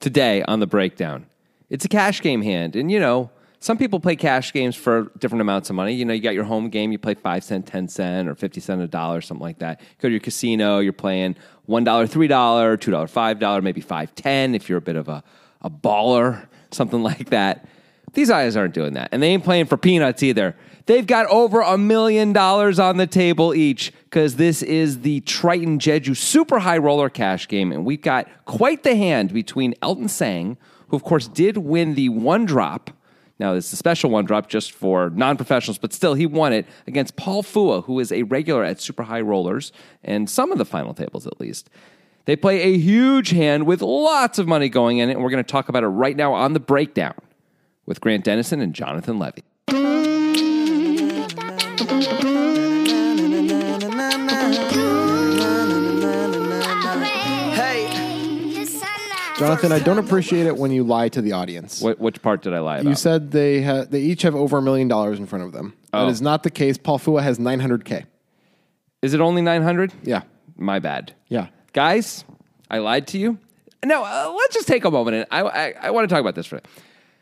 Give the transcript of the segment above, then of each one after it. today on the breakdown. It's a cash game hand. And, you know, some people play cash games for different amounts of money. You know, you got your home game, you play 5 cent, 10 cent, or 50 cent, a dollar, something like that. Go to your casino, you're playing $1, $3, $2, $5, maybe five ten if you're a bit of a, a baller, something like that. These guys aren't doing that. And they ain't playing for peanuts either. They've got over a million dollars on the table each because this is the Triton Jeju Super High Roller Cash game. And we've got quite the hand between Elton Sang, who, of course, did win the one drop. Now, it's a special one drop just for non professionals, but still, he won it against Paul Fua, who is a regular at Super High Rollers and some of the final tables at least. They play a huge hand with lots of money going in it, and we're going to talk about it right now on the breakdown with Grant Dennison and Jonathan Levy. Jonathan, I don't appreciate it when you lie to the audience. What, which part did I lie about? You said they ha- they each have over a million dollars in front of them. Oh. That is not the case. Paul Fua has 900k. is it only 900? Yeah. My bad. Yeah. Guys, I lied to you. No, uh, let's just take a moment and I, I, I want to talk about this for a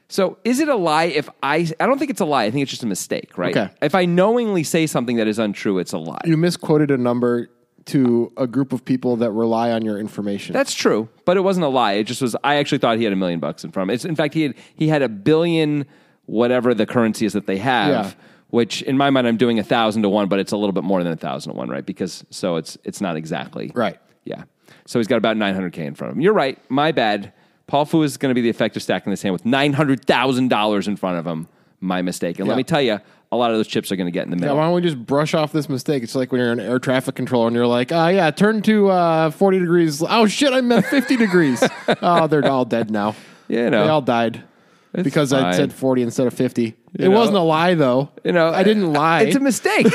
So, is it a lie if I I don't think it's a lie. I think it's just a mistake, right? Okay. If I knowingly say something that is untrue, it's a lie. You misquoted a number to a group of people that rely on your information. That's true, but it wasn't a lie. It just was. I actually thought he had a million bucks in front. Of him. It's in fact he had he had a billion, whatever the currency is that they have. Yeah. Which in my mind I'm doing a thousand to one, but it's a little bit more than a thousand to one, right? Because so it's it's not exactly Right. Yeah. So he's got about 900k in front of him. You're right. My bad. Paul Fu is going to be the effective stack in this hand with nine hundred thousand dollars in front of him. My mistake. And let Yeah. me tell you, a lot of those chips are going to get in the Yeah, middle. why don't we just brush off this mistake? It's like when you're an air traffic controller and you're like, ah, yeah, turn to uh, 40 degrees. Oh, shit, I meant 50 degrees. Oh, they're all dead now. Yeah, you know. They all died because I fine. said 40 instead of 50. it know. wasn't a lie, though. You know, I didn't lie. It's a mistake.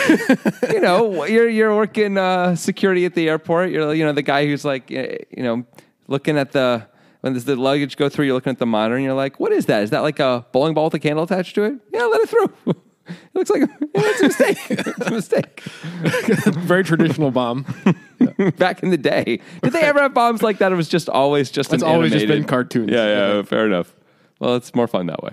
you know, you're you're working uh, security at the airport. You're you know the guy who's like eh, you know looking at the when does the luggage go through? You're looking at the monitor and you're like, what is that? Is that like a bowling ball with a candle attached to it? Yeah, let it through. it looks like yeah, it's a mistake. it's a mistake. very traditional bomb. Back in the day, did they ever have bombs like that? It was just always just. It's an always just animated- been cartoons. Yeah, yeah, fair enough. Well, it's more fun that way.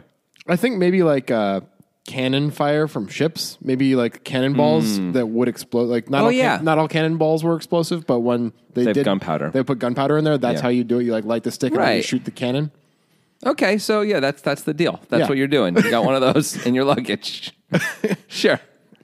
I think maybe like uh, cannon fire from ships, maybe like cannonballs Hmm. that would explode. Like not Oh, all can- yeah. not all cannonballs were explosive, but when they They have did gunpowder. they put gunpowder in there. That's Yeah. how you do it. You like light the stick and then you Right. shoot the cannon. Okay, so yeah, that's that's the deal. That's Yeah. what you're doing. You got one of those in your luggage. sure.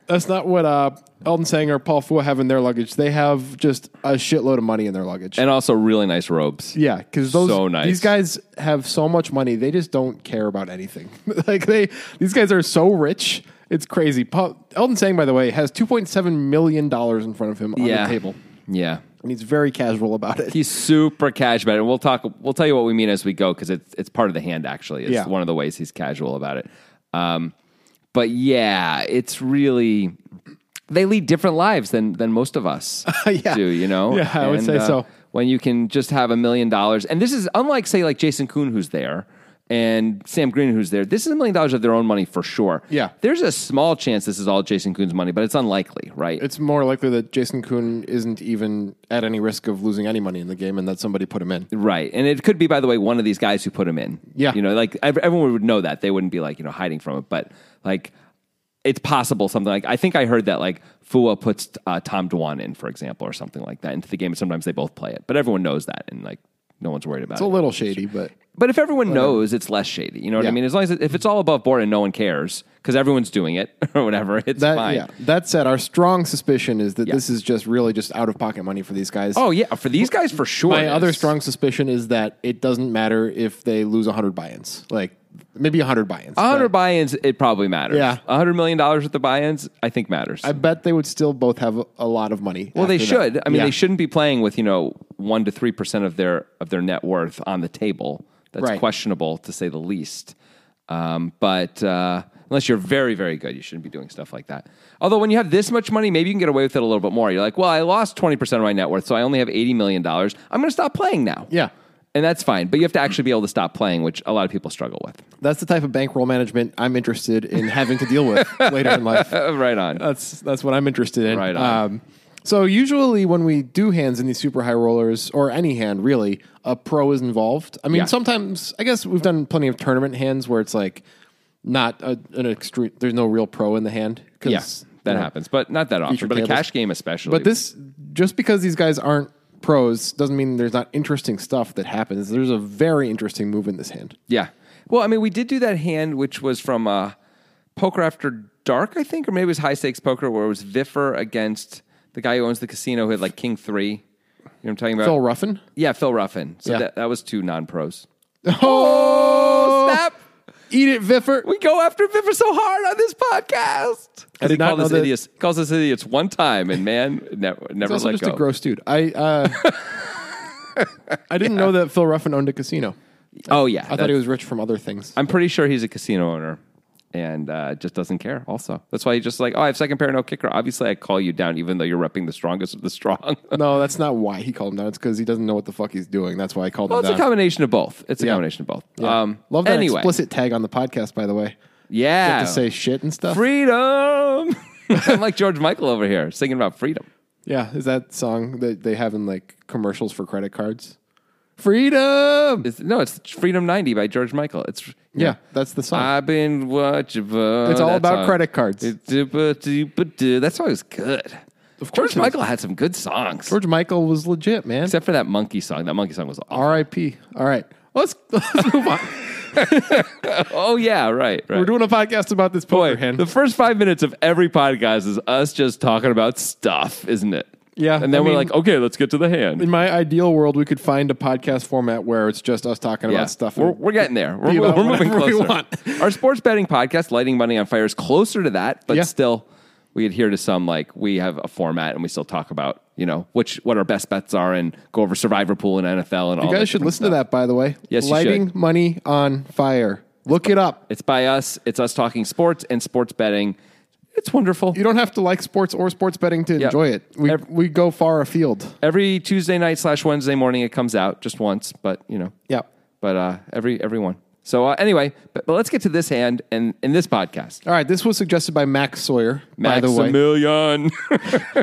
That's not what uh, Elton Sang or Paul Fua have in their luggage. They have just a shitload of money in their luggage. And also really nice robes. yeah, because those So nice. these guys have so much money, they just don't care about anything. like they, these guys are so rich, it's crazy. Paul, Elton Sang, by the way, has two point seven million dollars in front of him on yeah. the table. Yeah. and he's very casual about it. He's super cash about it. And we'll talk we'll tell you what we mean as we go because it's it's part of the hand actually. It's Yeah. one of the ways he's casual about it. Um but yeah, it's really they lead different lives than than most of us Yeah. do, you know? uh, Yeah, I would say so. When you can just have a million dollars and this is unlike say like Jason Kuhn who's there and Sam Green who's there. This is a million dollars of their own money for sure. Yeah. There's a small chance this is all Jason Kuhn's money, but it's unlikely, right? it's more likely that Jason Kuhn isn't even at any risk of losing any money in the game and that somebody put him in. Right. And it could be, by the way, one of these guys who put him in. Yeah. You know, like ev- everyone would know that. They wouldn't be like, you know, hiding from it. But like, it's possible something like, I think I heard that like Fua puts uh, Tom Dwan in, for example, or something like that into the game. And sometimes they both play it. But everyone knows that. And like, no one's worried about It's a it. little shady, but But if everyone knows, it's less shady. You know what I Yeah. mean? As long as it, if it's all above board and no one cares because everyone's doing it or whatever, it's that fine. yeah. That said, our strong suspicion is that Yeah. this is just really just out of pocket money for these guys. Oh, yeah. For these guys, for sure. my it other is. strong suspicion is that it doesn't matter if they lose 100 buy-ins. Like maybe 100 buy-ins. A 100 but buy-ins, it probably matters. Yeah. A $100 million worth of buy-ins, I think matters. I bet they would still both have a, a lot of money. Well, they after that. should. I mean, Yeah. they shouldn't be playing with you know one to three percent of their of their net worth on the table. That's Right. questionable to say the least. Um, but uh, unless you're very very good, you shouldn't be doing stuff like that. Although when you have this much money, maybe you can get away with it a little bit more. You're like, well, I lost twenty percent of my net worth, so I only have eighty million dollars. I'm going to stop playing now. Yeah. and that's fine. But you have to actually be able to stop playing, which a lot of people struggle with. That's the type of bankroll management I'm interested in having to deal with later in life. Uh, right on. That's that's what I'm interested in. Right on. Um, So usually when we do hands in these super high rollers or any hand really, a pro is involved. I mean, Yeah. sometimes I guess we've done plenty of tournament hands where it's like not a, an extreme. There's no real pro in the hand. 'cause, Yes, that you know, happens, but not that often. Feature But a tables. cash game, especially. But this just because these guys aren't pros doesn't mean there's not interesting stuff that happens. There's a very interesting move in this hand. yeah. Well, I mean, we did do that hand, which was from uh, Poker After Dark, I think, or maybe it was High Stakes Poker, where it was Viffer against the guy who owns the casino who had like King Three. You know what I'm talking about? Phil Ruffin. yeah, Phil Ruffin. So Yeah. that, that was two non pros. Oh, Snap! Eat it, Viffer. We go after Viffer so hard on this podcast. I did He not called know us that- idiots. He calls us idiots one time, and man, never, never He's also let just go. a gross dude. I uh, I didn't know that Phil Ruffin owned a casino. oh yeah, I thought he was rich from other things. I'm pretty sure he's a casino owner and uh, just doesn't care. Also, that's why he's just like, oh, I have second pair, no kicker. Obviously, I call you down, even though you're repping the strongest of the strong. No, that's not why he called him down. It's because he doesn't know what the fuck he's doing. That's why I called well, him it's a down. combination of both. It's a Yeah. combination of both. Um, Love that anyway, explicit tag on the podcast, by the way. yeah, To say shit and stuff. freedom. I'm like George Michael over here singing about freedom. Yeah, is that song that they have in like commercials for credit cards? Freedom. It's, no, it's Freedom 90 by George Michael. It's Yeah, that's the song. I've been watching. for It's all that about song. credit cards. Du-ba-du-ba-du. That song is good. Of course George it is. Michael had some good songs. George Michael was legit, man. except for that monkey song. That monkey song was awful. R.I.P. All right, let's let's move on. Oh yeah, right. right. We're doing a podcast about this poker Boy, hand. the first five minutes of every podcast is us just talking about stuff, isn't it? Yeah, and then I we're mean- like, okay, let's get to the hand. in my ideal world, we could find a podcast format where it's just us talking Yeah, about stuff. We're, we're getting there. We're, Be about we're moving whatever we closer. want. Our sports betting podcast, Lighting Money on Fire, is closer to that, but Yeah. still, we adhere to some like we have a format and we still talk about you know which what our best bets are and go over Survivor Pool and NFL and all. you guys should listen to that, by the way. Yes, you lighting should. money on fire. Look it up. It's by us. It's us talking sports and sports betting. It's wonderful. You don't have to like sports or sports betting to enjoy it. We Ev- we go far afield. every Tuesday night slash Wednesday morning it comes out just once, but you know, Yeah. but uh, every everyone. So uh, anyway, but, but let's get to this hand and in this podcast. All right, this was suggested by Max Sawyer. by the way, Maximilian.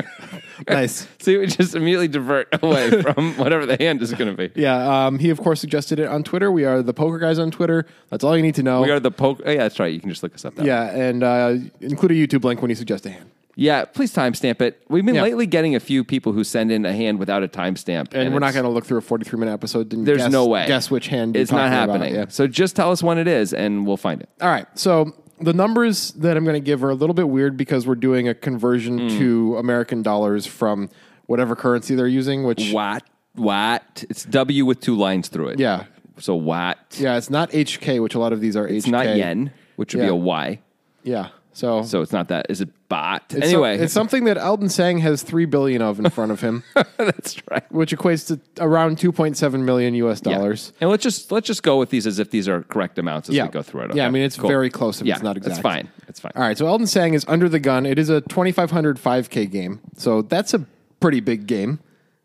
nice. See, we just immediately divert away from whatever the hand is going to be. Yeah, um, he of course suggested it on Twitter. We are the poker guys on Twitter. That's all you need to know. We are the poke. Oh, yeah, that's right. You can just look us up. That way. yeah, and uh, include a YouTube link when you suggest a hand. yeah. Please timestamp it. We've been Yeah. lately getting a few people who send in a hand without a timestamp, And, we're not it's- going to look through a 43 minute episode. And There's guess, no way. Guess which hand you're It's not talking about. happening. Yeah. So just tell us when it is, and we'll find it. All right. So the numbers that I'm going to give are a little bit weird because we're doing a conversion Mm. to American dollars from whatever currency they're using, which, What? What? It's W with two lines through it. yeah. So what? Yeah, it's not HK, which a lot of these are HK. It's not yen, which would be Yeah. a Y. Yeah. So, So it's not that. Is it bot? it's so- anyway, it's something that Elden Sang has 3 billion of in front of him, that's right. which equates to around 2.7 million US dollars. And let's just let's just go with these as if these are correct amounts as Yeah. we go through it. okay? Yeah, I mean, it's Cool. very close if Yeah, it's not exact. It's fine. It's fine. All right, so Elden Sang is under the gun. It is a 2500 5K game. So that's a pretty big game.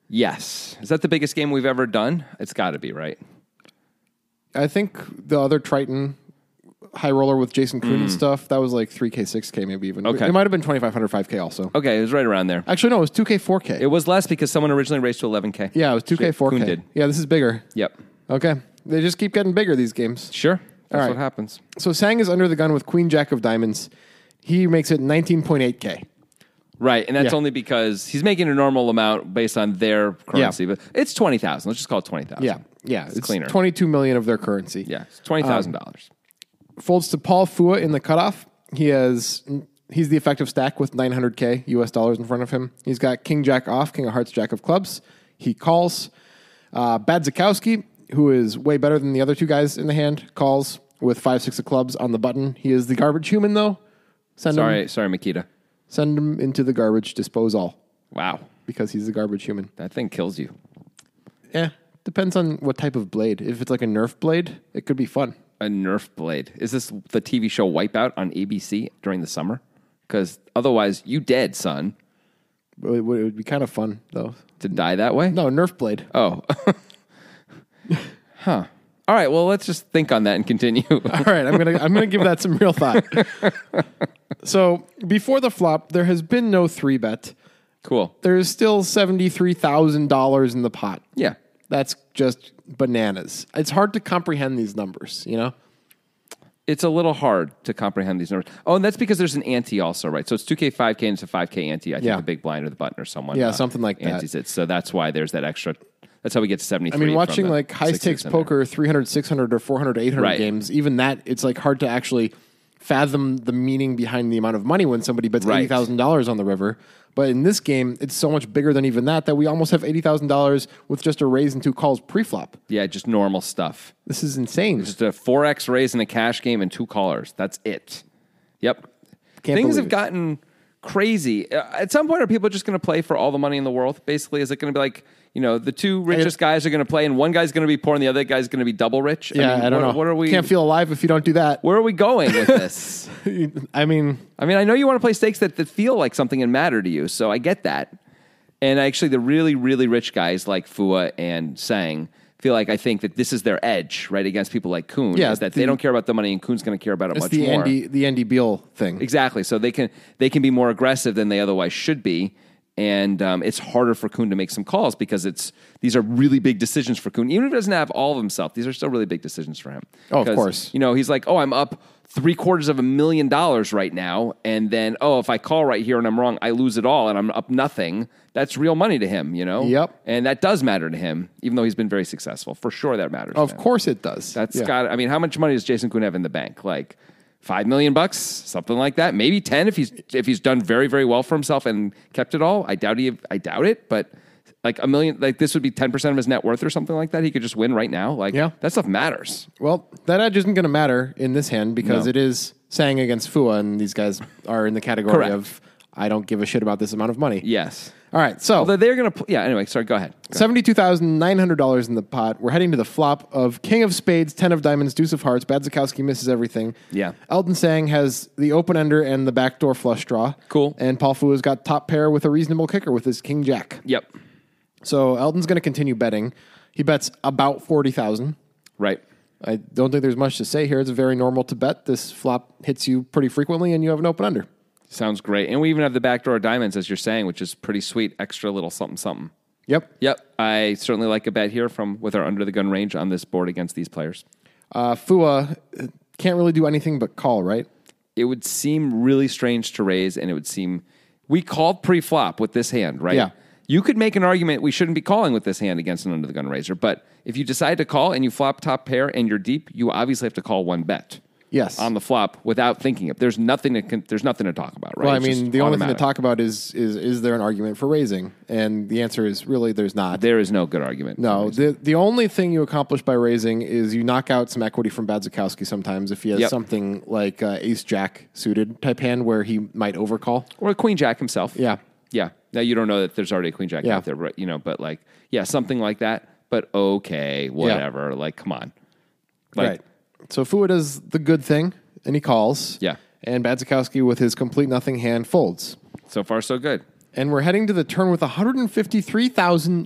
Yes, is that the biggest game we've ever done? It's got to be right. I think the other Triton high roller with Jason Kuhn and stuff, that was like 3K, 6K, maybe even. Mm. Okay. It might have been 2,500, 5K also. Okay, it was right around there. Actually, no, it was 2K, 4K. It was less because someone originally raised to 11k. yeah, it was 2K, 4K. Kuhn did. Yeah, this is bigger. Yep. Okay. They just keep getting bigger, these games. Sure. That's right. what happens. So Sang is under the gun with Queen Jack of Diamonds. He makes it 19.8K. Right, and that's Yeah. only because he's making a normal amount based on their currency, but it's twenty thousand. Let's just call it twenty thousand. Yeah. Yeah. it's, cleaner. 22 million of their currency. yeah, it's twenty thousand dollars. folds to Paul Fua in the cutoff. He has he's the effective stack with 900k US dollars in front of him. He's got King Jack off, King of Hearts, Jack of Clubs. He calls. Uh, Bad Zakowski, who is way better than the other two guys in the hand, calls with five six of clubs on the button. He is the garbage human though. Send him Sorry, sorry, Makita. send him into the garbage disposal Wow, because he's the garbage human. that thing kills you. Yeah, depends on what type of blade. If it's like a Nerf blade, it could be fun. a Nerf blade. Is this the TV show Wipeout on ABC during the summer? Because otherwise, you dead, son, It would, it would be kind of fun though. to die that way. No, Nerf blade. Oh, huh. All right. Well, let's just think on that and continue. All right, I'm gonna I'm gonna give that some real thought. so before the flop, there has been no three bet. Cool. There's still $73,000 in the pot. Yeah. That's just bananas. It's hard to comprehend these numbers, you know? It's a little hard to comprehend these numbers. Oh, and that's because there's an ante also, right? So it's 2K, 5K, and it's a 5K ante. I think Yeah. the big blind or the button or someone. Yeah, something like that. antes it. So that's why there's that extra. That's how we get to 73. I mean, from watching the like high sixes stakes in there. poker 300, 600, or 400, 800 Right. games, even that, it's like hard to actually fathom the meaning behind the amount of money when somebody bets Right. $80,000 on the river. But in this game, it's so much bigger than even that that we almost have $80,000 with just a raise and two calls pre-flop. Yeah, just normal stuff. This is insane. Just a 4X raise in a cash game and two callers. That's it. Yep. Can't Things believe have it. gotten crazy. Uh, At some point, are people just going to play for all the money in the world? Basically, is it going to be like, you know, the two richest guys are going to play and one guy's going to be poor and the other guy's going to be double rich? yeah, I, don't what, know. What are we? Can't feel alive if you don't do that. where are we going with this? I mean, I mean, I know you want to play stakes that, that feel like something and matter to you, so I get that. And actually, the really, really rich guys like Fua and Sang feel like I think that this is their edge, right, against people like Kuhn. Yeah, is that the- they don't care about the money, and Kuhn's going to care about it it's much the more. Andy, the Andy Beal thing. Exactly. So they can they can be more aggressive than they otherwise should be, and um, it's harder for Kuhn to make some calls because it's these are really big decisions for Kuhn. Even if he doesn't have all of himself, these are still really big decisions for him. Oh, of Because, course. You know, he's like, oh, I'm up three quarters of a million dollars right now, and then oh, if I call right here and I'm wrong, I lose it all, and I'm up nothing. That's real money to him, you know. Yep. And that does matter to him, even though he's been very successful. For sure, that matters. Of to him. course it does. That's Yeah. got. I mean, how much money does Jason Kuhn have in the bank? Like five million bucks, something like that. Maybe ten if he's if he's done very very well for himself and kept it all. I doubt he. I doubt it, but. Like a million, like this would be ten percent of his net worth or something like that. He could just win right now. Like Yeah. that stuff matters. Well, that edge isn't going to matter in this hand because No. it is Sang against Fua, and these guys are in the category Correct. of I don't give a shit about this amount of money. Yes, All right, so although they're gonna. Pl- yeah. Anyway, sorry. Go ahead. seventy-two thousand nine hundred dollars in the pot. We're heading to the flop of King of Spades, Ten of Diamonds, Deuce of Hearts. Bad Zakowski misses everything. Yeah. Elton Sang has the open ender and the backdoor flush draw. Cool. And Paul Fua's got top pair with a reasonable kicker with his King Jack. Yep. So Elton's going to continue betting. He bets about forty thousand. Right. I don't think there's much to say here. It's very normal to bet. This flop hits you pretty frequently, and you have an open under. Sounds great. And we even have the backdoor diamonds, as you're saying, which is pretty sweet. Extra little something something. Yep. Yep. I certainly like a bet here from with our under the gun range on this board against these players. Uh, Fua uh, can't really do anything but call, right? it would seem really strange to raise, and it would seem we called pre-flop with this hand, right? Yeah. You could make an argument we shouldn't be calling with this hand against an under the gun raiser, but if you decide to call and you flop top pair and you're deep, you obviously have to call one bet. Yes. On the flop without thinking of there's nothing to con- there's nothing to talk about, right? Well, I It's mean, just the only thing to automatic. talk about is is is there an argument for raising? And the answer is really there's not. there is no good argument. no, the the only thing you accomplish by raising is you knock out some equity from Badzikowski sometimes if he has Yep. something like uh, Ace Jack suited type hand where he might overcall. or a queen jack himself. Yeah. yeah. Now you don't know that there's already a queen jack Yeah. out there, but you know, but like, yeah, something like that. But okay, whatever. Like, come on. Like, right. So Fua does the good thing and he calls. Yeah. And Badzikowski with his complete nothing hand folds. So far, so good. And we're heading to the turn with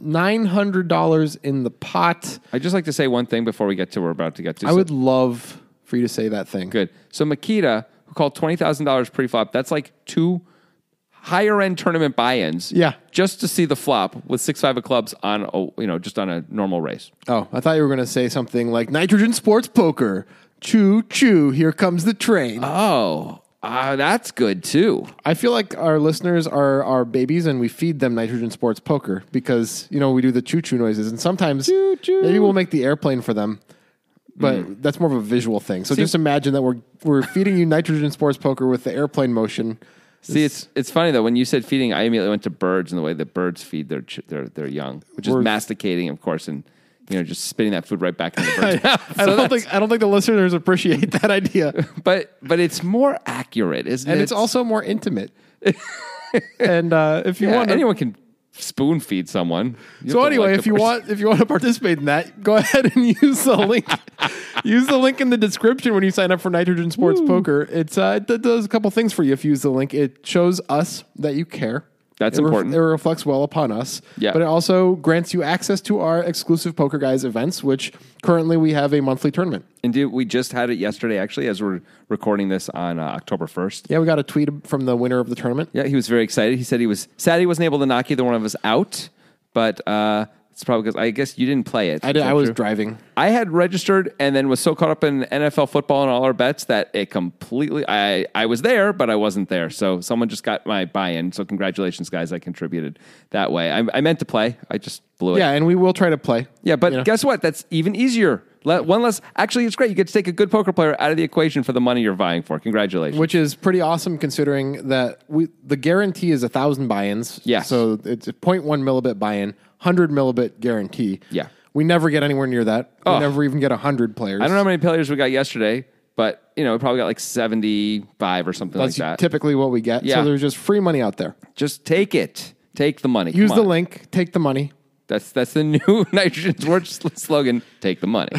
$153,900 in the pot. I'd just like to say one thing before we get to we're about to get to. I would love for you to say that thing. good. So Makita, who called twenty thousand dollars pre-flop, that's like two higher end tournament buy-ins. Yeah. just to see the flop with six five of clubs on a you know just on a normal race. Oh, I thought you were going to say something like nitrogen sports poker. Choo choo, here comes the train. Oh, uh, that's good too. I feel like our listeners are our babies and we feed them nitrogen sports poker because, you know, we do the choo choo noises and sometimes Choo-choo. maybe we'll make the airplane for them. But that's more of a visual thing. So just imagine that we're we're feeding you nitrogen sports poker with the airplane motion. See, it's it's funny though when you said feeding, I immediately went to birds and the way that birds feed their ch- their their young, which is Birds. masticating, of course, and you know just spitting that food right back into the bird's mouth. I don't think I don't think the listeners appreciate that idea. But but it's more accurate, isn't it? And it's also more intimate. and uh, if you Yeah, want anyone can spoon feed someone. You So have to anyway, like if the you person. want if you want to participate in that, go ahead and use the link. use the link in the description when you sign up for Nitrogen Sports Poker. It's uh, it does a couple things for you if you use the link. It shows us that you care. That's it ref- important. it reflects well upon us. Yeah. But it also grants you access to our exclusive Poker Guys events, which currently we have a monthly tournament. And did, we just had it yesterday, actually, as we're recording this on uh, October 1st. Yeah, we got a tweet from the winner of the tournament. Yeah, he was very excited. He said he was sad he wasn't able to knock either one of us out, but uh, it's probably because I guess you didn't play it. I did. Is that I was true? driving. I had registered and then was so caught up in NFL football and all our bets that it completely. I I was there, but I wasn't there. So someone just got my buy-in. So congratulations, guys! I contributed that way. I, I meant to play. I just blew it. Yeah, and we will try to play. Yeah, but You know? guess what? That's even easier. Let, one less. Actually, it's great. You get to take a good poker player out of the equation for the money you're vying for. Congratulations. which is pretty awesome considering that we the guarantee is a thousand buy-ins. Yes. So it's a 0.1 millibit buy-in, hundred millibit guarantee. Yeah. We never get anywhere near that. Oh. We never even get hundred players. I don't know how many players we got yesterday, but you know, we probably got like seventy-five or something That's like that. typically what we get. Yeah. So there's just free money out there. Just take it. Take the money. Use Come the on. link, take the money. That's that's the new Nitrogen Sports slogan. Take the money.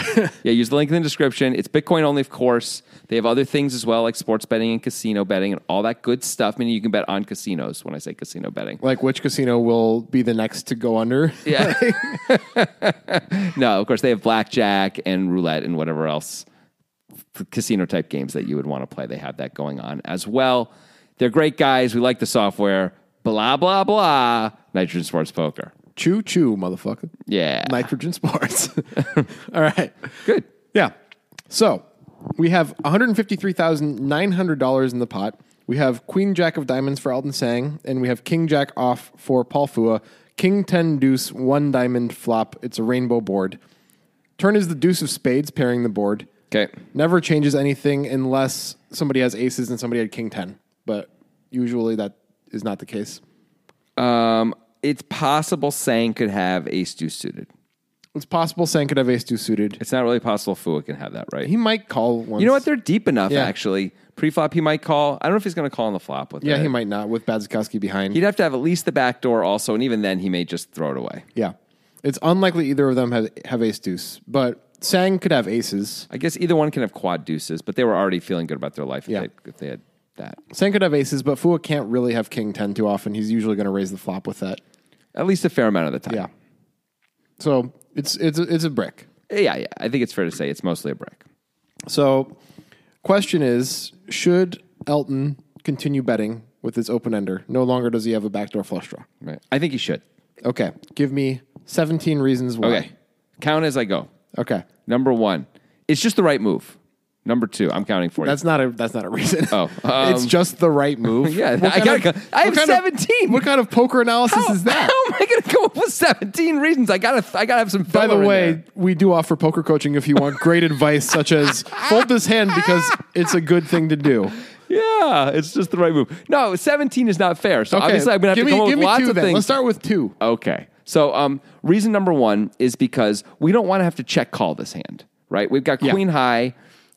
yeah, use the link in the description. It's Bitcoin only, of course. They have other things as well, like sports betting and casino betting and all that good stuff. Meaning you can bet on casinos. When I say casino betting, Like which casino will be the next to go under? yeah. no, of course they have blackjack and roulette and whatever else casino type games that you would want to play. They have that going on as well. They're great guys. We like the software. Blah blah blah. Nitrogen Sports Poker. Choo choo, motherfucker. Yeah. Nitrogen Sports. All right. Good. Yeah. So we have $153,900 in the pot. We have Queen Jack of Diamonds for Alden Sang, and we have King Jack off for Paul Fua. King 10 deuce, one diamond flop. It's a rainbow board. Turn is the deuce of spades, pairing the board. Okay. Never changes anything unless somebody has aces and somebody had King 10, but usually that is not the case. Um, it's possible Sang could have ace deuce suited. It's possible Sang could have ace deuce suited. It's not really possible Fua can have that, right? He might call once. you know what? They're deep enough, Yeah. actually. Pre-flop, he might call. I don't know if he's going to call on the flop with Yeah, it. he might not with Badzikowski behind. He'd have to have at least the back door also, and even then, he may just throw it away. Yeah. It's unlikely either of them have, have ace deuce, but Sang could have aces. I guess either one can have quad deuces, but they were already feeling good about their life if, Yeah. they, if they had that. Sang could have aces, but Fua can't really have king 10 too often. He's usually going to raise the flop with that. At least a fair amount of the time. Yeah. So it's, it's, a- it's a brick. yeah, yeah. I think it's fair to say it's mostly a brick. So, question is should Elton continue betting with his open ender? No longer does he have a backdoor flush draw. Right. I think he should. Okay. Give me 17 reasons why. Okay, count as I go. Okay. Number one, it's just the right move. Number two, I'm counting for you. That's not a that's not a reason. Oh, it's um, just the right move. Yeah, What I kind gotta go- I what have kind of- 17. what kind of poker analysis How- is that? How am I going to come up with 17 reasons? I got to I got to have some By the filler in way, there. we do offer poker coaching if you want great advice, such as fold this hand because it's a good thing to do. Yeah, it's just the right move. No, 17 is not fair. So Okay, obviously I'm going to give have to me, come up give with me lots two of then. things. Let's start with two. Okay. So, um, reason number one is because we don't want to have to check call this hand, right? We've got Yeah. queen high.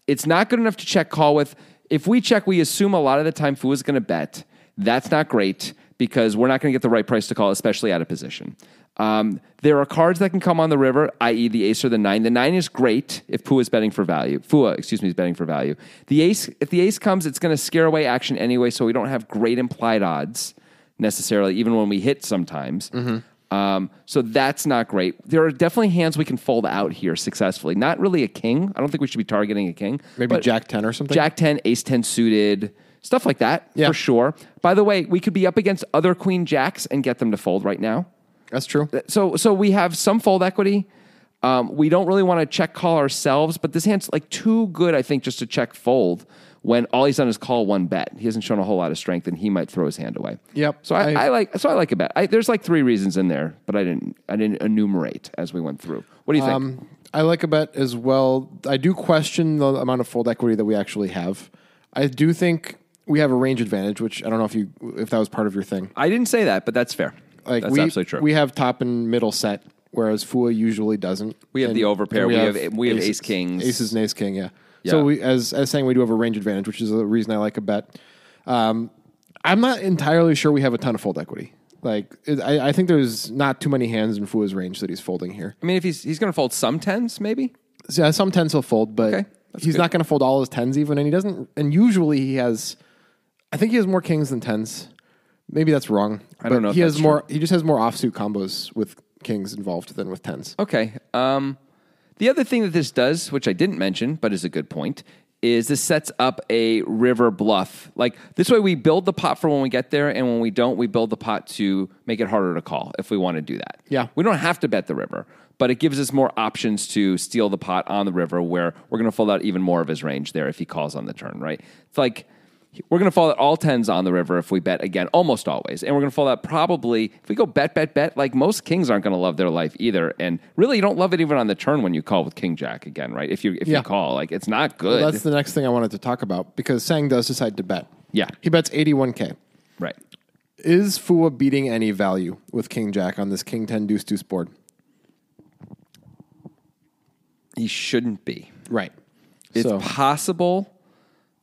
It's not good enough to check call with. If we check, we assume a lot of the time Fu is going to bet. That's not great because we're not going to get the right price to call, especially out of position. Um, there are cards that can come on the river, i.e., the ace or the nine. The nine is great if Pua is betting for value. Fua, excuse me, is betting for value. The ace, if the ace comes, it's going to scare away action anyway, so we don't have great implied odds necessarily, even when we hit sometimes. Mm-hmm. Um, so that's not great. There are definitely hands we can fold out here successfully. Not really a king. I don't think we should be targeting a king. Maybe but Jack 10 or something. Jack 10, ace 10 suited, stuff like that Yeah. for sure. By the way, we could be up against other queen jacks and get them to fold right now. That's true. So, so we have some fold equity. Um, we don't really want to check call ourselves, but this hand's like too good, I think, just to check fold when all he's done is call one bet. He hasn't shown a whole lot of strength, and he might throw his hand away. Yep. So I, I- I, like so I like a bet. I, there's like three reasons in there, but I didn't I didn't enumerate as we went through. What do you think? Um, I like a bet as well. I do question the amount of fold equity that we actually have. I do think we have a range advantage, which I don't know if you if that was part of your thing. I didn't say that, but that's fair. Like that's we, absolutely true. We have top and middle set, whereas Fua usually doesn't. We have And- the overpair. and We have- we have ace kings. aces and ace king. Yeah. Yeah. So we, as as saying, we do have a range advantage, which is the reason I like a bet. Um, I'm not entirely sure we have a ton of fold equity. Like it, I, I think there's not too many hands in Fua's range that he's folding here. I mean, if he's he's going to fold some tens, maybe. So, yeah, some tens he'll fold, but Okay, that's he's good. not going to fold all his tens even, and he doesn't. And usually he has, I think he has more kings than tens. Maybe that's wrong. I don't know if He has that's more. He just has more offsuit combos with kings involved than with tens. Okay. Um, the other thing that this does, which I didn't mention, but is a good point, is this sets up a river bluff. Like this way, we build the pot for when we get there, and when we don't, we build the pot to make it harder to call if we want to do that. Yeah. We don't have to bet the river, but it gives us more options to steal the pot on the river where we're going to fold out even more of his range there if he calls on the turn, right? It's like we're going to fold out all tens on the river if we bet again, almost always. And we're going to fold out probably, if we go bet, bet, bet, like most kings aren't going to love their life either. And really, you don't love it even on the turn when you call with king jack again, right? If you if Yeah. you call, like it's not good. That's the next thing I wanted to talk about because Sang does decide to bet. Yeah. he bets eighty-one k. right. Is Fua beating any value with King Jack on this King Ten Deuce Deuce board? He shouldn't be. Right. It's so possible,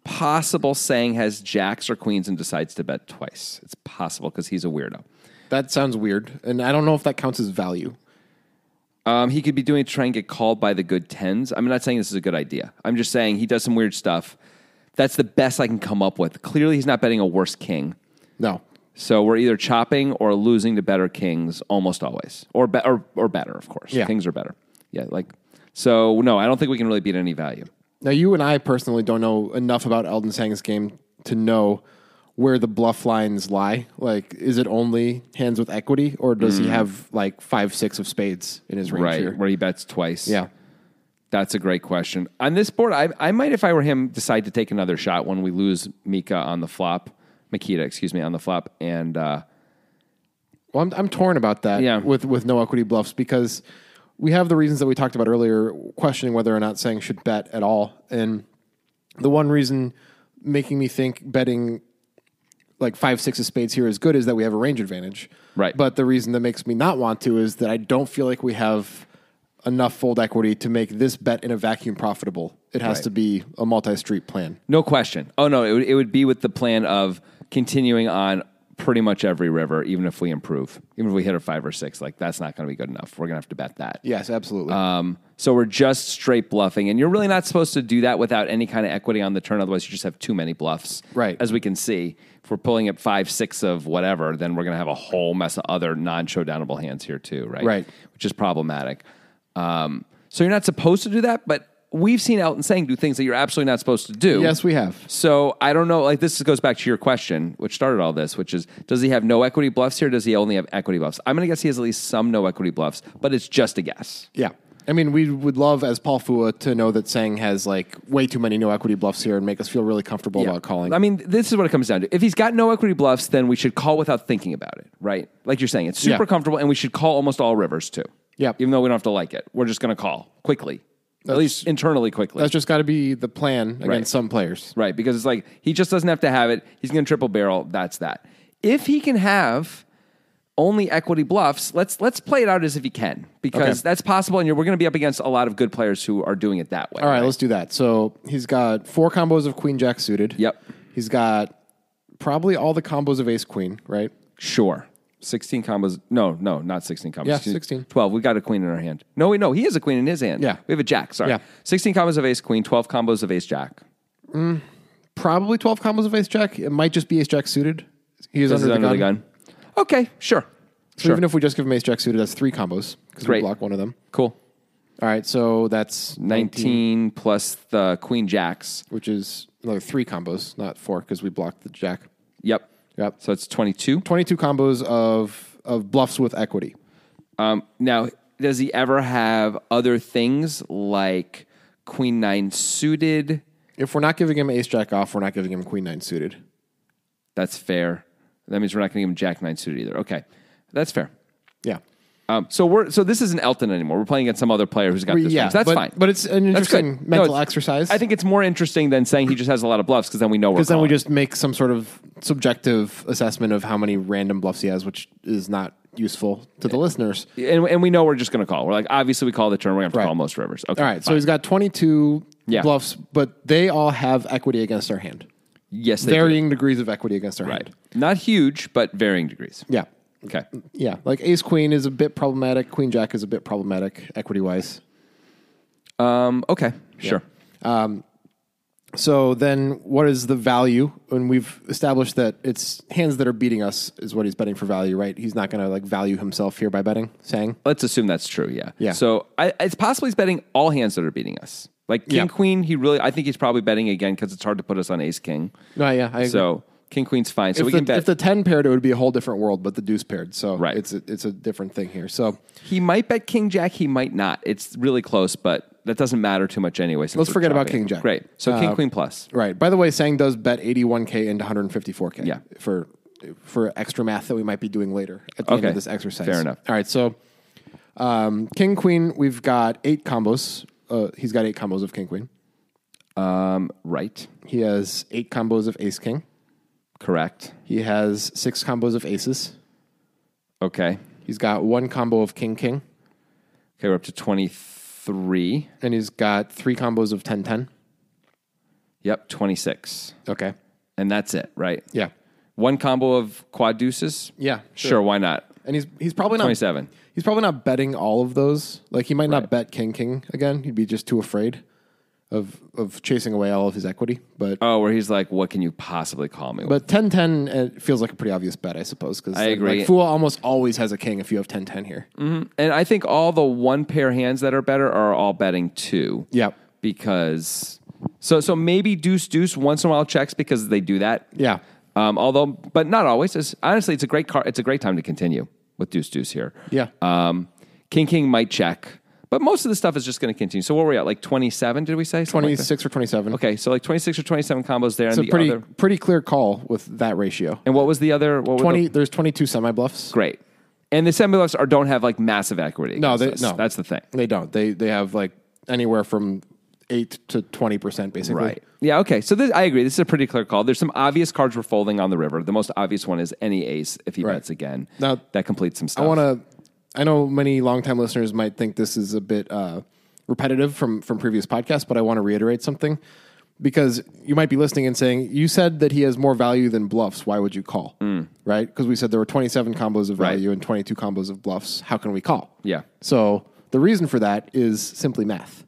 possible Sang has jacks or queens and decides to bet twice. It's possible because he's a weirdo. that sounds weird, and I don't know if that counts as value. Um, he could be doing it to try and get called by the good tens. I'm not saying this is a good idea. I'm just saying he does some weird stuff. That's the best I can come up with. Clearly, he's not betting a worse king. No. So we're either chopping or losing to better kings almost always, or be- or, or better, of course. Yeah. Kings are better. Yeah, like so. No, I don't think we can really beat any value. Now you and I personally don't know enough about Elden Sang's game to know where the bluff lines lie. Like, is it only hands with equity, or does he have like five six of spades in his range Mm. right, here? where he bets twice. Yeah. That's a great question. On this board, I, I might, if I were him, decide to take another shot when we lose Mika on the flop, Makita, excuse me, on the flop. And uh, Well, I'm, I'm torn about that Yeah. with, with no equity bluffs because we have the reasons that we talked about earlier, questioning whether or not saying should bet at all. And the one reason making me think betting like five, six of spades here is good is that we have a range advantage. Right. But the reason that makes me not want to is that I don't feel like we have enough fold equity to make this bet in a vacuum profitable. It has Right. to be a multi street plan. no question. Oh, no, it would, it would be with the plan of continuing on pretty much every river, even if we improve, even if we hit a five or six. Like, that's not going to be good enough. We're going to have to bet that. Yes, absolutely. Um, so we're just straight bluffing, and you're really not supposed to do that without any kind of equity on the turn. Otherwise, you just have too many bluffs. Right. As we can see, if we're pulling up five, six of whatever, then we're going to have a whole mess of other non-showdownable hands here too. Right. Right. Which is problematic. Um, so you're not supposed to do that, but we've seen Elton Sang do things that you're absolutely not supposed to do. yes, we have. So I don't know. Like this goes back to your question, which started all this, which is: Does he have no equity bluffs here? Does he only have equity bluffs? I'm going to guess he has at least some no equity bluffs, but it's just a guess. Yeah. I mean, we would love as Paul Fua to know that Sang has like way too many no equity bluffs here and make us feel really comfortable Yeah. about calling. I mean, this is what it comes down to. If he's got no equity bluffs, then we should call without thinking about it, right? Like you're saying, it's super Yeah. comfortable, and we should call almost all rivers too. Yep. Even though we don't have to like it, we're just going to call quickly, at least internally quickly, That's just got to be the plan against Right. some players. right? Because it's like he just doesn't have to have it. He's going to triple barrel. That's that. If he can have only equity bluffs, let's let's play it out as if he can, because Okay. that's possible, and you're, we're going to be up against a lot of good players who are doing it that way. All right, let's do that. So he's got four combos of Queen Jack suited. Yep. He's got probably all the combos of Ace Queen, right? Sure. 16 combos. No, no, not 16 combos. Yeah, Excuse- 16. 12. We got a queen in our hand. No, wait, no, he has a queen in his hand. Yeah. We have a jack, sorry. Yeah. 16 combos of ace queen, 12 combos of ace jack. Probably 12 combos of Ace Jack. It might just be Ace Jack suited. He is This under, is the, under gun. the gun. Okay, sure. So even if we just give him Ace Jack suited, that's three combos because we Great. block one of them. Cool. All right, so that's 19, plus the queen jacks. which is another three combos, not four because we blocked the Jack. Yep. Yep. So it's 22. 22 combos of of bluffs with equity. Um, now, does he ever have other things like queen nine suited? If we're not giving him ace jack off, we're not giving him queen nine suited. That's fair. That means we're not going to give him jack nine suited either. Okay. That's fair. Yeah. Um, so we're so this isn't Elton anymore. We're playing against some other player who's got We- this. yeah, range. that's but- fine. but it's an That's good. interesting mental it's- exercise. I think it's more interesting than saying he just has a lot of bluffs because then we know we're. Because then we calling. just make some sort of subjective assessment of how many random bluffs he has, which is not useful to the listeners. and, and we know we're just going to call. We're like obviously we call the turn. We're going to Right. call most rivers. Okay. All right, so he's got 22 Yeah. bluffs, but they all have equity against our hand. yes, they do. Varying degrees of equity against our right. hand. Not huge, but varying degrees. Yeah. Okay. Yeah. Like ace queen is a bit problematic, queen jack is a bit problematic equity wise. Um, okay. Sure. So then, what is the value? And we've established that it's hands that are beating us is what he's betting for value, right? He's not going to like value himself here by betting, saying Let's assume that's true. Yeah. Yeah. So I, it's possible he's betting all hands that are beating us. Like king Yeah. queen, he really. I think he's probably betting again because it's hard to put us on ace king. no, yeah, I agree. So king queen's fine. So if we the, can bet. if the ten paired, it would be a whole different world, but the deuce paired, so Right. it's a, it's a different thing here. So he might bet king jack. He might not. It's really close, but that doesn't matter too much anyway. since Let's we're forget about chopping it. king jack. Great. So Uh, king queen plus. Right. By the way, Sang does bet 81k into 154k. Yeah. For for extra math that we might be doing later at the end Okay. of this exercise. Fair enough. All right. So, um, king queen. We've got eight combos. Uh, he's got eight combos of king queen. Right. He has eight combos of ace king. Correct. He has six combos of aces. Okay. He's got one combo of king king, Okay. We're up to twenty three. and he's got three combos of 10 10. Yep. Twenty six. Okay. And that's it. Right. Yeah. One combo of quad deuces. Yeah, Sure. sure. why not? And he's he's probably not 27. He's probably not betting all of those. Like he might not bet king king again. He'd be just too afraid of of chasing away all of his equity. But Oh, where he's like, what can you possibly call me? with? but 10 10 it feels like a pretty obvious bet, I suppose. Because I agree. Mm. Like, Fool almost always has a king if you have 10 10 here. And I think all the one pair hands that are better are all betting two. Yep. Because so so maybe deuce deuce once in a while checks because they do that. Yeah. Um, although, but not always. It's, honestly, it's a great car. It's a great time to continue with deuce deuce here. Yeah. Um, king king might check, but most of the stuff is just going to continue. So what were we at? Like twenty seven? Did we say Something like that? 26 or 27. okay, so like twenty six or twenty seven combos there, It's and a the pretty other. pretty clear call with that ratio. And what was the other? What were the- 20 there's 22 semi bluffs. great. And the semi bluffs are don't have like massive equity. No, against they, us. no. That's the thing. They don't. They they have like anywhere from 8 to 20% basically. Right. Yeah. Okay. So this, I agree. This is a pretty clear call. There's some obvious cards we're folding on the river. The most obvious one is any ace if he Right. bets again. Now- that completes some stuff. I want to. I know many longtime listeners might think this is a bit uh, repetitive from from previous podcasts, but I want to reiterate something because you might be listening and saying you said that he has more value than bluffs. Why would you call? Right? Because we said there were 27 combos of Mm. Right. value and 22 combos of bluffs. How can we call? Yeah. So the reason for that is simply math.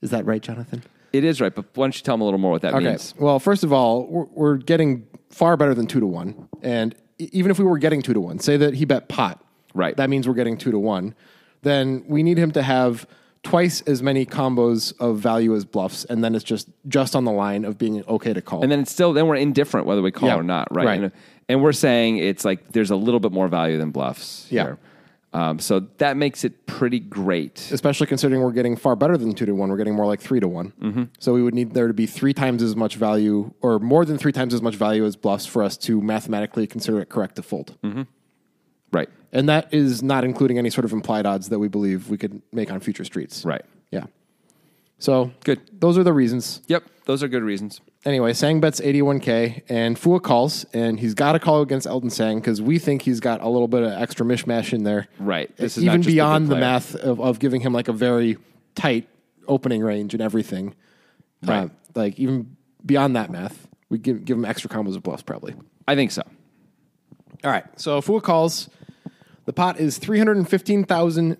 Is that right, Jonathan? It is right, but why don't you tell him a little more what that Okay. means? Well, first of all, we're, we're getting far better than two to one. And e- even if we were getting two to one, say that he bet pot, Right. That means we're getting two to one. Then we need him to have twice as many combos of value as bluffs, and then it's just just on the line of being okay to call. And then it's still then we're indifferent whether we call Yeah. or not, right? Right. And, and we're saying it's like there's a little bit more value than bluffs. Yeah. here. Um, so that makes it pretty great. Especially considering we're getting far better than two to one, we're getting more like three to one. Mm-hmm. So we would need there to be three times as much value, or more than three times as much value as bluffs, for us to mathematically consider it correct to fold. Right. And that is not including any sort of implied odds that we believe we could make on future streets. Right. Yeah. So Good. Those are the reasons. Yep. Those are good reasons. Anyway, Sang bets 81K and Fua calls, and he's got a call against Elton Sang because we think he's got a little bit of extra mishmash in there. Right. This This is not Even just a good beyond the player. math of, of giving him like a very tight opening range and everything. Uh, Right. like even beyond that math, we give, give him extra combos of bluffs probably. I think so. All right. So Fua calls. The pot is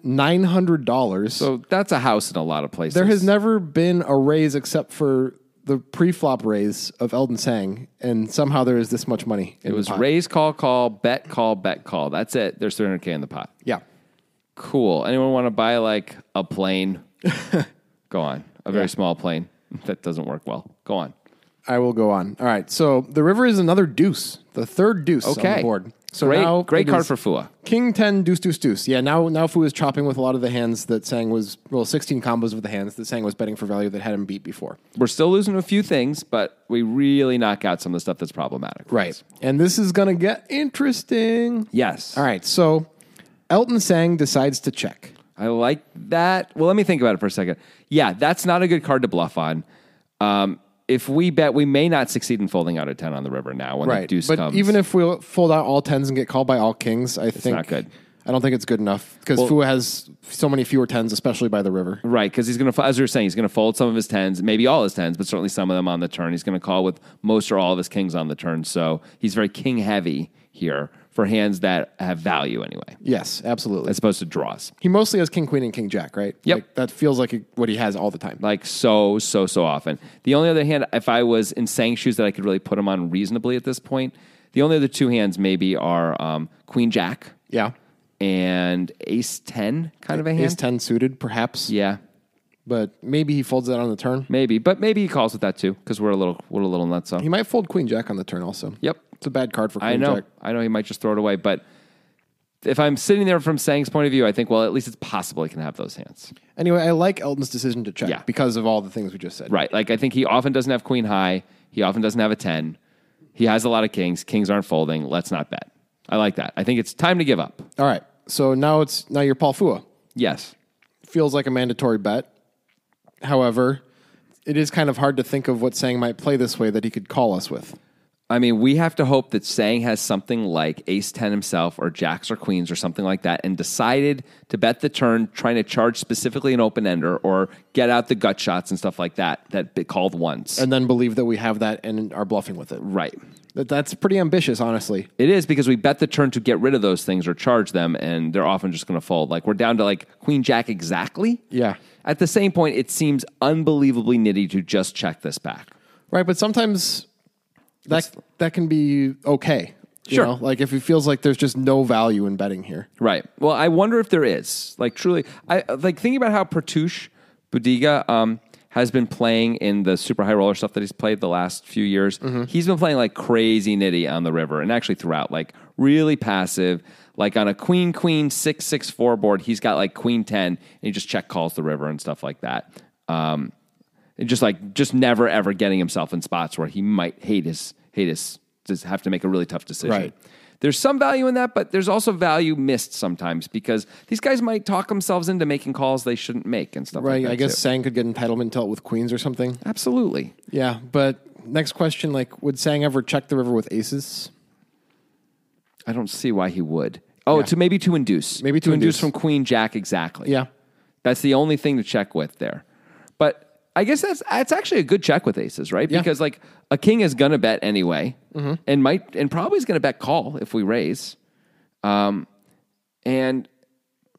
$315,900. So that's a house in a lot of places. There has never been a raise except for the pre-flop raise of Elden Sang, and somehow there is this much money. It was raise, call, call, bet, call, bet, call. That's it. There's 300K in the pot. Yeah, Cool. Anyone want to buy like a plane? Go on. A very Yeah. small plane. That doesn't work well. Go on. I will go on. All right, so the river is another deuce, the third deuce on Okay. the board. So great, now great it card is for Fua. King ten deuce deuce deuce. Yeah, now now Fu is chopping with a lot of the hands that Sang was well sixteen combos of the hands that Sang was betting for value that had him beat before. We're still losing a few things, but we really knock out some of the stuff that's problematic. for us. and this is gonna get interesting. Yes. All right, so Elton Sang decides to check. I like that. Well, let me think about it for a second. Yeah, that's not a good card to bluff on. Um, if we bet, we may not succeed in folding out a 10 on the river now when the Right. deuce but comes. even if we fold out all tens and get called by all kings, I think not good. I don't think it's good enough because Fua has so many fewer tens, especially by the river. Right, because he's going to, as we were saying, he's going to fold some of his tens, maybe all his tens, but certainly some of them on the turn. He's going to call with most or all of his kings on the turn. So he's very king heavy here for hands that have value anyway, Yes, absolutely. as opposed to draws. he mostly has king queen and king jack, right? Yep. Like, that feels like he- what he has all the time. Like so, so, so often. The only other hand, if I was in sang shoes that I could really put them on reasonably at this point, the only other two hands maybe are um, Queen Jack Yeah. and Ace 10 kind of a hand. Ace 10 suited, perhaps. Yeah, But maybe he folds that on the turn. maybe. But maybe he calls with that too because we're a little, we're a little nuts. So. He might fold queen jack on the turn also. Yep. It's a bad card for queen I know. jack. I know he might just throw it away, but if I'm sitting there from Sang's point of view, I think well, at least it's possible he can have those hands, Anyway, I like Elton's decision to check Yeah. because of all the things we just said. right? Like I think he often doesn't have Queen high. He often doesn't have a ten. He has a lot of kings. Kings aren't folding. Let's not bet. I like that. I think it's time to give up. All right. So now it's now you're Paul Fua. Yes, Feels like a mandatory bet. However, it is kind of hard to think of what Sang might play this way that he could call us with. I mean we have to hope that Sang has something like Ace ten himself, or Jacks or Queens, or something like that, and decided to bet the turn, trying to charge specifically an open ender or get out the gut shots and stuff like that that be- called once. And then believe that we have that and are bluffing with it. right. That that's pretty ambitious, honestly. It is because we bet the turn to get rid of those things or charge them, and they're often just going to fold. Like we're down to like Queen Jack exactly. Yeah. At the same point, it seems unbelievably nitty to just check this back. Right, but sometimes that that can be okay. You Sure. know? Like if it feels like there's just no value in betting here. Right. Well, I wonder if there is. Like truly, I like thinking about how Pertush Budiga um, has been playing in the super high roller stuff that he's played the last few years. He's been playing like crazy nitty on the river and actually throughout, like really passive. Like on a queen queen six six four board, he's got like queen ten, and he just check calls the river and stuff like that. Um, and just like just never ever getting himself in spots where he might hate his hate his just have to make a really tough decision. Right. There's some value in that, but there's also value missed sometimes because these guys might talk themselves into making calls they shouldn't make and stuff like Right. that. I guess too. Sang could get entitlement dealt with queens or something. Absolutely. Yeah. But next question, like would Sang ever check the river with aces? I don't see why he would. Oh, to maybe to induce. Maybe to to induce induce. from Queen Jack exactly. Yeah. That's the only thing to check with there. But I guess that's that's actually a good check with aces, right? Yeah. Mm-hmm. Because like a king is gonna bet anyway, and might and probably is gonna bet call if we raise, um, and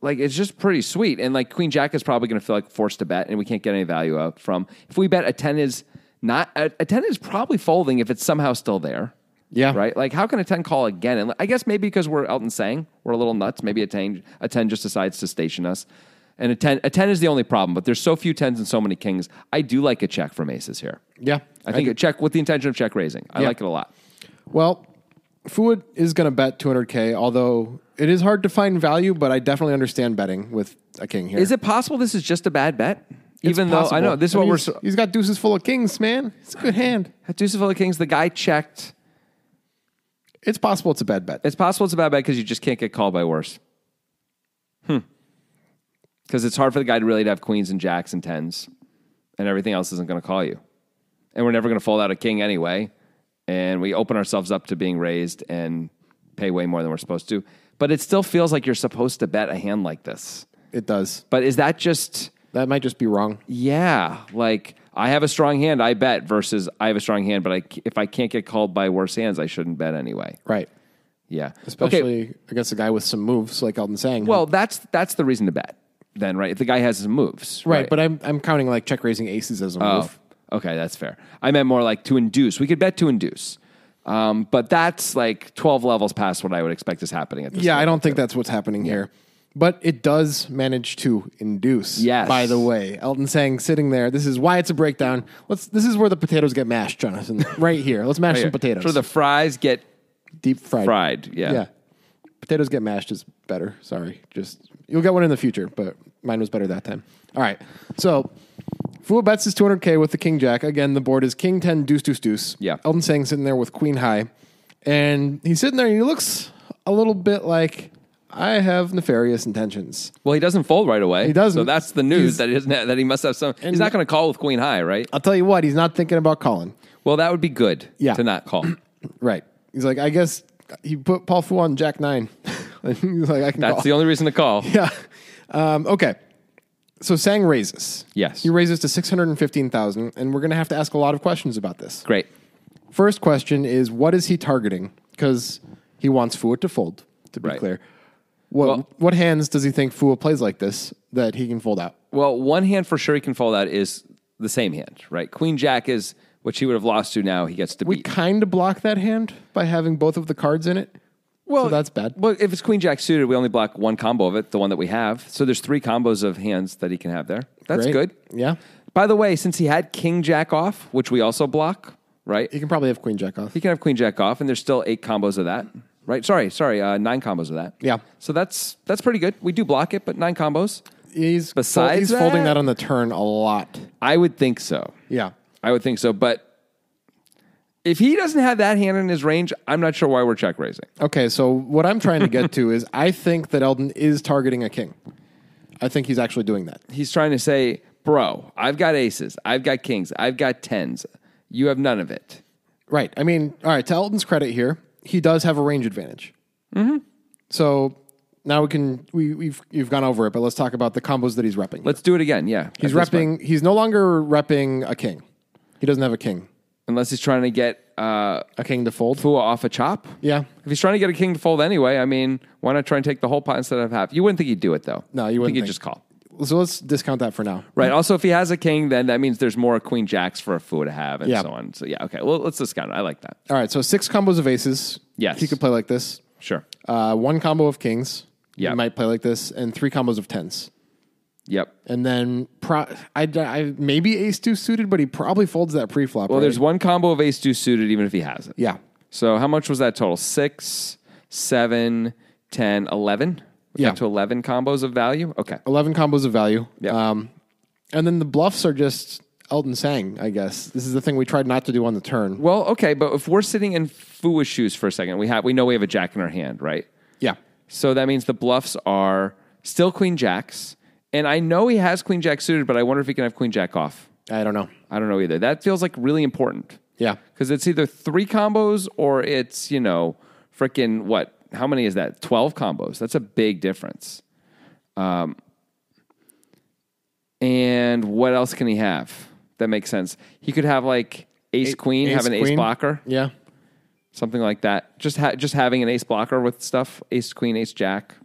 like it's just pretty sweet. And like queen jack is probably gonna feel like forced to bet, and we can't get any value out from if we bet a ten is not a, a ten is probably folding if it's somehow still there. Yeah. Right? Like, how can a 10 call again? And I guess maybe because we're Elton saying we're a little nuts. Maybe a 10, a 10 just decides to station us. And a 10, a 10 is the only problem, but there's so few 10s and so many kings. I do like a check from aces here. Yeah. I think a check with the intention of check raising. I Yeah. like it a lot. Well, Fuad is going to bet 200k, although it is hard to find value, but I definitely understand betting with a king here. Is it possible this is just a bad bet? It's Even though I know possible. this is I what mean, we're. he's- He's got deuces full of kings, man. It's a good hand. At Deuce of the Kings, the guy checked. It's possible it's a bad bet. It's possible it's a bad bet because you just can't get called by worse. Hmm. Because it's hard for the guy to really to have queens and jacks and tens, and everything else isn't going to call you. And we're never going to fold out a king anyway. And we open ourselves up to being raised and pay way more than we're supposed to. But it still feels like you're supposed to bet a hand like this. It does. But is that just, That might just be wrong. yeah, like I have a strong hand, I bet, versus I have a strong hand, but I, c- if I can't get called by worse hands, I shouldn't bet anyway. Right. Yeah. Especially Okay. against a guy with some moves, like Elton saying. Well, that's that's the reason to bet then, right? If the guy has his moves, right, But I'm, I'm counting like check raising aces as a move. oh, okay, that's fair. I meant more like to induce. We could bet to induce, um, but that's like twelve levels past what I would expect is happening at this. Yeah, I point. don't think that's what's happening here. But it does manage to induce. Yes. By the way, Elton Sang sitting there. This is why it's a breakdown. Let's. This is where the potatoes get mashed, Jonathan. right here. Let's mash some Here. potatoes. So the fries get deep fried. fried. Yeah. Yeah. Potatoes get mashed is better. Sorry. Just you'll get one in the future, but mine was better that time. All right. So Fua bets is 200k with the king jack. Again, the board is king 10 deuce deuce deuce. Yeah. Elton Sang's sitting there with queen high. And he's sitting there and he looks a little bit like I have nefarious intentions. Well, he doesn't fold right away. He doesn't. So that's the news that he doesn't have, that he must have some. He's not going to call with queen high, right? I'll tell you what, he's not thinking about calling. Well, that would be good. Yeah. To not call. Right. He's like, I guess he put Paul Fua on jack 9. he's like I can That's call. the only reason to call. Yeah. Um, okay. So Sang raises. Yes. He raises to 615,000 and we're going to have to ask a lot of questions about this. Great. First question is what is he targeting? Cuz He wants Fua to fold, to be Right. clear. What, Well- what hands does he think Fua plays like this that he can fold out? Well, one hand for sure he can fold out is the same hand, right? Queen Jack is what she would have lost to now. He gets to We beat. kind of block that hand by having both of the cards in it. Well, so that's bad. Well, if it's Queen Jack suited, we only block one combo of it, the one that we have. So there's three combos of hands that he can have there. That's Great. good. Yeah. By the way, since he had King Jack off, which we also block, right? He can probably have Queen Jack off. He can have Queen Jack off, and there's still eight combos of that, right? Sorry, sorry, uh, nine combos of that. Yeah. So that's that's pretty good. We do block it, but nine combos. He's Besides he's folding that- that on the turn a lot. I would think so. Yeah. I would think so. But if he doesn't have that hand in his range, I'm not sure why we're check raising. Okay, so what I'm trying to get to is I think that Eldon is targeting a king. I think he's actually doing that. He's trying to say, bro, I've got aces, I've got kings, I've got tens. You have none of it. Right. I mean, all right, to Elton's credit here, he does have a range advantage. Mm-hmm. So now we can we, we've you've gone over it, but let's talk about the combos that he's repping. Let's do it again. Yeah. he's at this point. repping he's no longer repping a king. He doesn't have a king. Unless he's trying to get uh, A king to fold. Fua off a chop. Yeah. If he's trying to get a king to fold anyway, I mean, why not try and take the whole pot instead of half? You wouldn't think he'd do it, though. No, I you wouldn't think he'd think. just call. So let's discount that for now. Right. Also, if he has a king, then that means there's more queen jacks for a Fua to have and Yeah. so on. So, yeah, okay. Well, let's discount it. I like that. All right, so six combos of aces. Yes. He could play like this. Sure. Uh, one combo of kings. Yeah. He might play like this, and three combos of tens. Yep. And then pro- I, I maybe ace two suited, but he probably folds that pre-flop. Well, there's one combo of ace two suited, even if he has it. yeah, So how much was that total? Six, seven, ten, eleven. We Yeah. Got to eleven combos of value. Okay. eleven combos of value. Yeah. Um, and then the bluffs are just Elton Sang. I guess this is the thing we tried not to do on the turn. Well, okay, but if we're sitting in Fua's shoes for a second, we have we know we have a jack in our hand, right? Yeah, So that means the bluffs are still queen jacks, and I know he has queen jack suited, but I wonder if he can have queen jack off. I don't know. I don't know either. That feels like really important. Yeah. Because it's either three combos or it's, you know, freaking what? How many is that? 12 combos. That's a big difference. Um, and what else can he have? That makes sense. He could have like ace queen, have an ace queen. blocker, Yeah, something like that. Just ha- just having an ace blocker with stuff, ace queen, ace jack.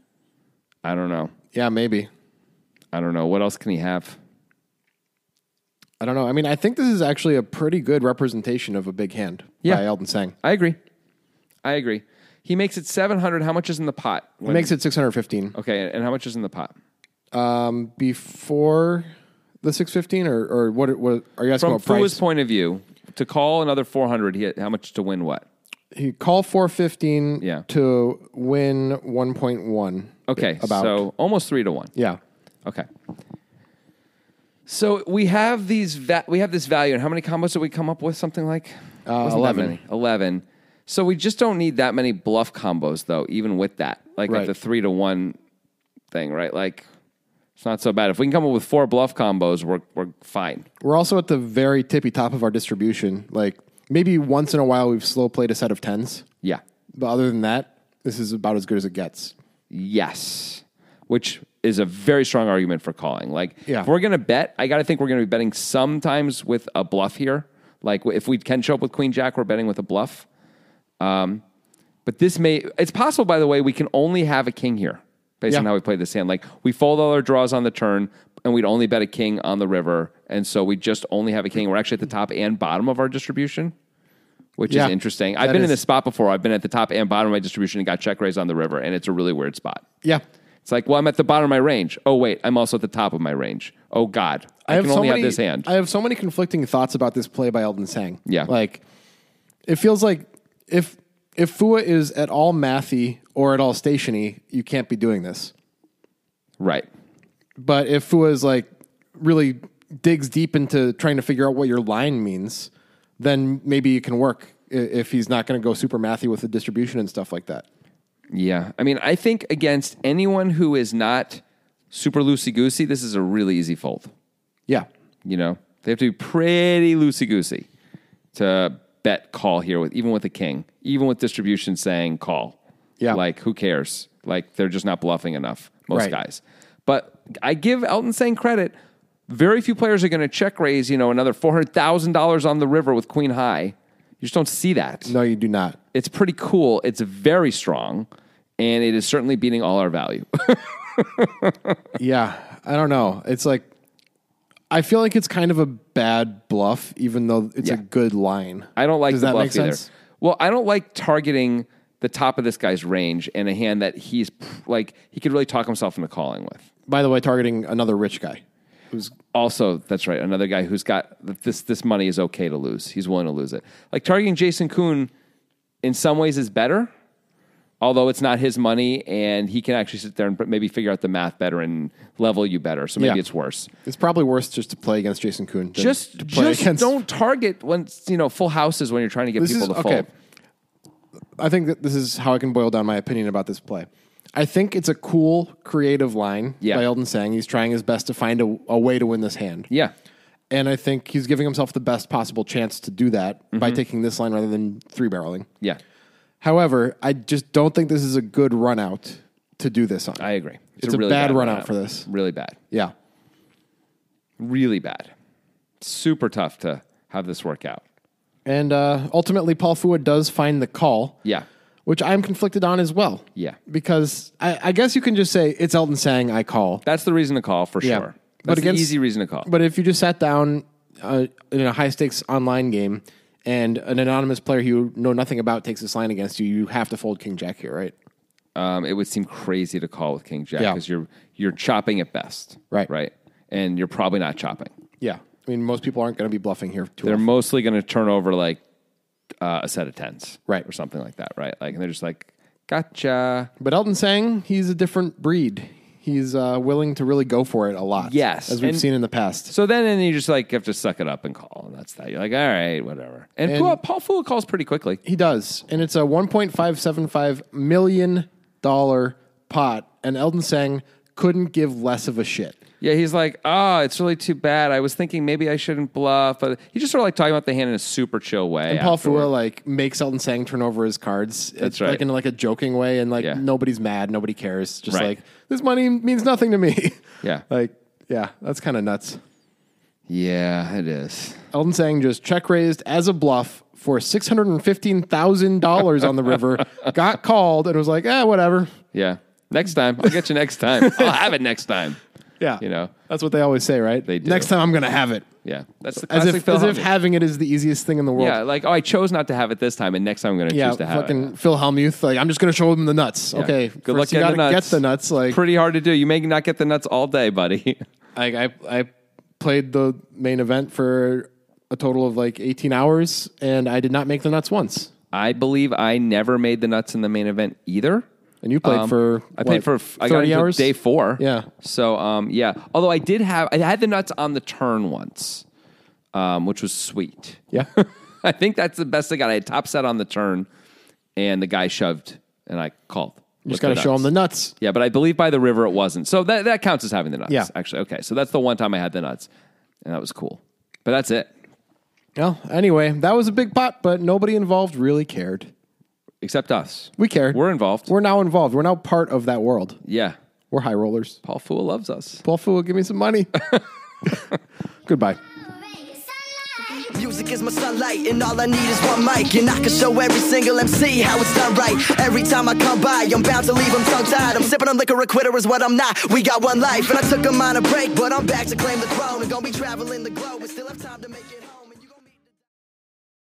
I don't know. yeah, maybe. I don't know. What else can he have? I don't know. I mean, I think this is actually a pretty good representation of a big hand Yeah. by Elton Sang. I agree. I agree. He makes it 700. How much is in the pot? It makes it six hundred fifteen. Okay, and how much is in the pot? Um, before the six fifteen, or or what? What are you asking From about price? Fua's point of view, to call another 400, he, how much to win what? He call 415 Yeah. to win 1.1. Okay, About. so almost three to one. Yeah. Okay. So we have these va- we have this value, and how many combos did we come up with? Something like Uh, Wasn't that 11. many. Eleven. So we just don't need that many bluff combos, though. Even with that, like Right. at the three to one thing, right? Like it's not so bad. If we can come up with four bluff combos, we're we're fine. We're also at the very tippy top of our distribution. Like maybe once in a while we've slow played a set of 10s. Yeah. But other than that, this is about as good as it gets. Yes, which is a very strong argument for calling. Like, Yeah. if we're going to bet, I got to think we're going to be betting sometimes with a bluff here. Like, if we can show up with Queen Jack, we're betting with a bluff. Um, but this may, it's possible, by the way, we can only have a king here based on Yeah. how we played this hand. Like, we fold all our draws on the turn and we'd only bet a king on the river. And so we just only have a king. We're actually at the top and bottom of our distribution. Which Yeah. is interesting. I've That been in is- this spot before. I've been at the top and bottom of my distribution and got check raised on the river, and it's a really weird spot. Yeah. It's like, well, I'm at the bottom of my range. Oh, wait, I'm also at the top of my range. Oh, God. I, can only many, have this hand. I have so many conflicting thoughts about this play by Elden Sang. Yeah. Like it feels like if if Fua is at all mathy or at all stationy, you can't be doing this. right. But if Fua is like really digs deep into trying to figure out what your line means, then maybe it can work i- if he's not going to go super mathy with the distribution and stuff like that. Yeah. I mean, I think against anyone who is not super loosey goosey, this is a really easy fold. Yeah. You know, they have to be pretty loosey goosey to bet call here with even with a king, even with distribution saying call. Yeah. Like who cares? Like they're just not bluffing enough, most Right. guys. But I give Elton saying credit. Very few players are going to check raise, you know, another four hundred thousand dollars on the river with Queen High. You just don't see that. No, you do not. It's pretty cool. It's very strong, and it is certainly beating all our value. Yeah, I don't know. It's like I feel like it's kind of a bad bluff, even though it's a Yeah. good line. I don't like Does the that bluff make either. sense? Well, I don't like targeting the top of this guy's range and a hand that he's pr- like he could really talk himself into calling with. By the way, targeting another rich guy. Who's Also, that's right. Another guy who's got this. This money is okay to lose. He's willing to lose it. Like targeting Jason Kuhn, in some ways, is better. Although it's not his money, and he can actually sit there and maybe figure out the math better and level you better. So maybe Yeah. it's worse. it's probably worse just to play against Jason Kuhn. Than to Just, play just against- don't target when you know full houses when you're trying to get This people is to okay. fold. I think that this is how I can boil down my opinion about this play. I think it's a cool, creative line Yeah. by Elden Sang. He's trying his best to find a, a way to win this hand. Yeah, And I think he's giving himself the best possible chance to do that Mm-hmm. by taking this line rather than three barreling. yeah, However, I just don't think this is a good run out to do this on. I agree. It's, a, bad, run out for this. Really bad. Yeah. Really bad. Super tough to have this work out. And uh, ultimately, Paul Fua does find the call. Yeah. Which I'm conflicted on as well. Yeah. Because I, I guess you can just say, it's Elton Sang, I call. That's the reason to call for Yeah. sure. That's But but against- the easy reason to call. But if you just sat down uh, in a high stakes online game and an anonymous player you know nothing about takes this line against you, you have to fold King Jack here, right? um, it would seem crazy to call with King Jack Yeah. because you're you're chopping at best. Right. Right. And you're probably not chopping. Yeah. I mean, most people aren't going to be bluffing here too. They're often. mostly going to turn over like uh, a set of tens, Right. or something like that, right? Like, and they're just like, "Gotcha." But Elton Sang, he's a different breed. He's uh, willing to really go for it a lot. Yes. As we've And- seen in the past. So then, and you just like have to suck it up and call, and that's that. You're like, "All right, whatever." And, Paul Paul Fool calls pretty quickly. He does. And it's a $1.575 million pot. And Elton Sang couldn't give less of a shit. Yeah, he's like, oh, it's really too bad. I was thinking maybe I shouldn't bluff, but he's just sort of like talking about the hand in a super chill way. Paul afterward. Fua like makes Elton Sang turn over his cards. It's right. Like in like a joking way, and like Yeah. nobody's mad, nobody cares. Just Right. like this money means nothing to me. Yeah. like yeah, that's kind of nuts. Yeah, it is. Elton Sang just check raised as a bluff for six hundred and fifteen thousand dollars on the river. got called and was like, eh, whatever. Yeah. Next time. I'll get you next time. I'll have it next time. Yeah, You know. that's what they always say, right? They do. Next time I'm gonna have it. Yeah. That's the As classic if, Phil as if Hellmuth. having it is the easiest thing in the world. Yeah, like, oh, I chose not to have it this time, and next time I'm going to Yeah, choose to have fucking it. Phil Hellmuth. Like, I'm just gonna show him the nuts. Yeah. Okay, Good luck first you getting the gotta nuts. Get the nuts. Like, Pretty hard to do. You may not get the nuts all day, buddy. like I I played the main event for a total of like 18 hours and I did not make the nuts once. I believe I never made the nuts in the main event either. And you played Um, for I played what, for f- I got into hours. day four. Yeah. So um yeah. Although I did have I had the nuts on the turn once, um, which was sweet. Yeah. I think that's the best I got. I had top set on the turn, and the guy shoved, and I called. You just got to show them the nuts. Yeah, but I believe by the river it wasn't. So that that counts as having the nuts. Yeah. Actually, okay. So that's the one time I had the nuts, and that was cool. But that's it. Well, anyway, that was a big pot, but nobody involved really cared. Except us. We cared. We're involved. We're now involved. We're now part of that world. yeah. We're high rollers. Paul Fool loves us. Paul Fool, give me some money. Goodbye. Music is my sunlight, and all I need is one mic. And I can show every single MC how it's done right. Every time I come by, I'm bound to leave them tongue tied. I'm sipping on liquor, a quitter is what I'm not. We got one life, and I took a minor break, but I'm back to claim the throne. And gonna be traveling the globe, and still have time to make it home.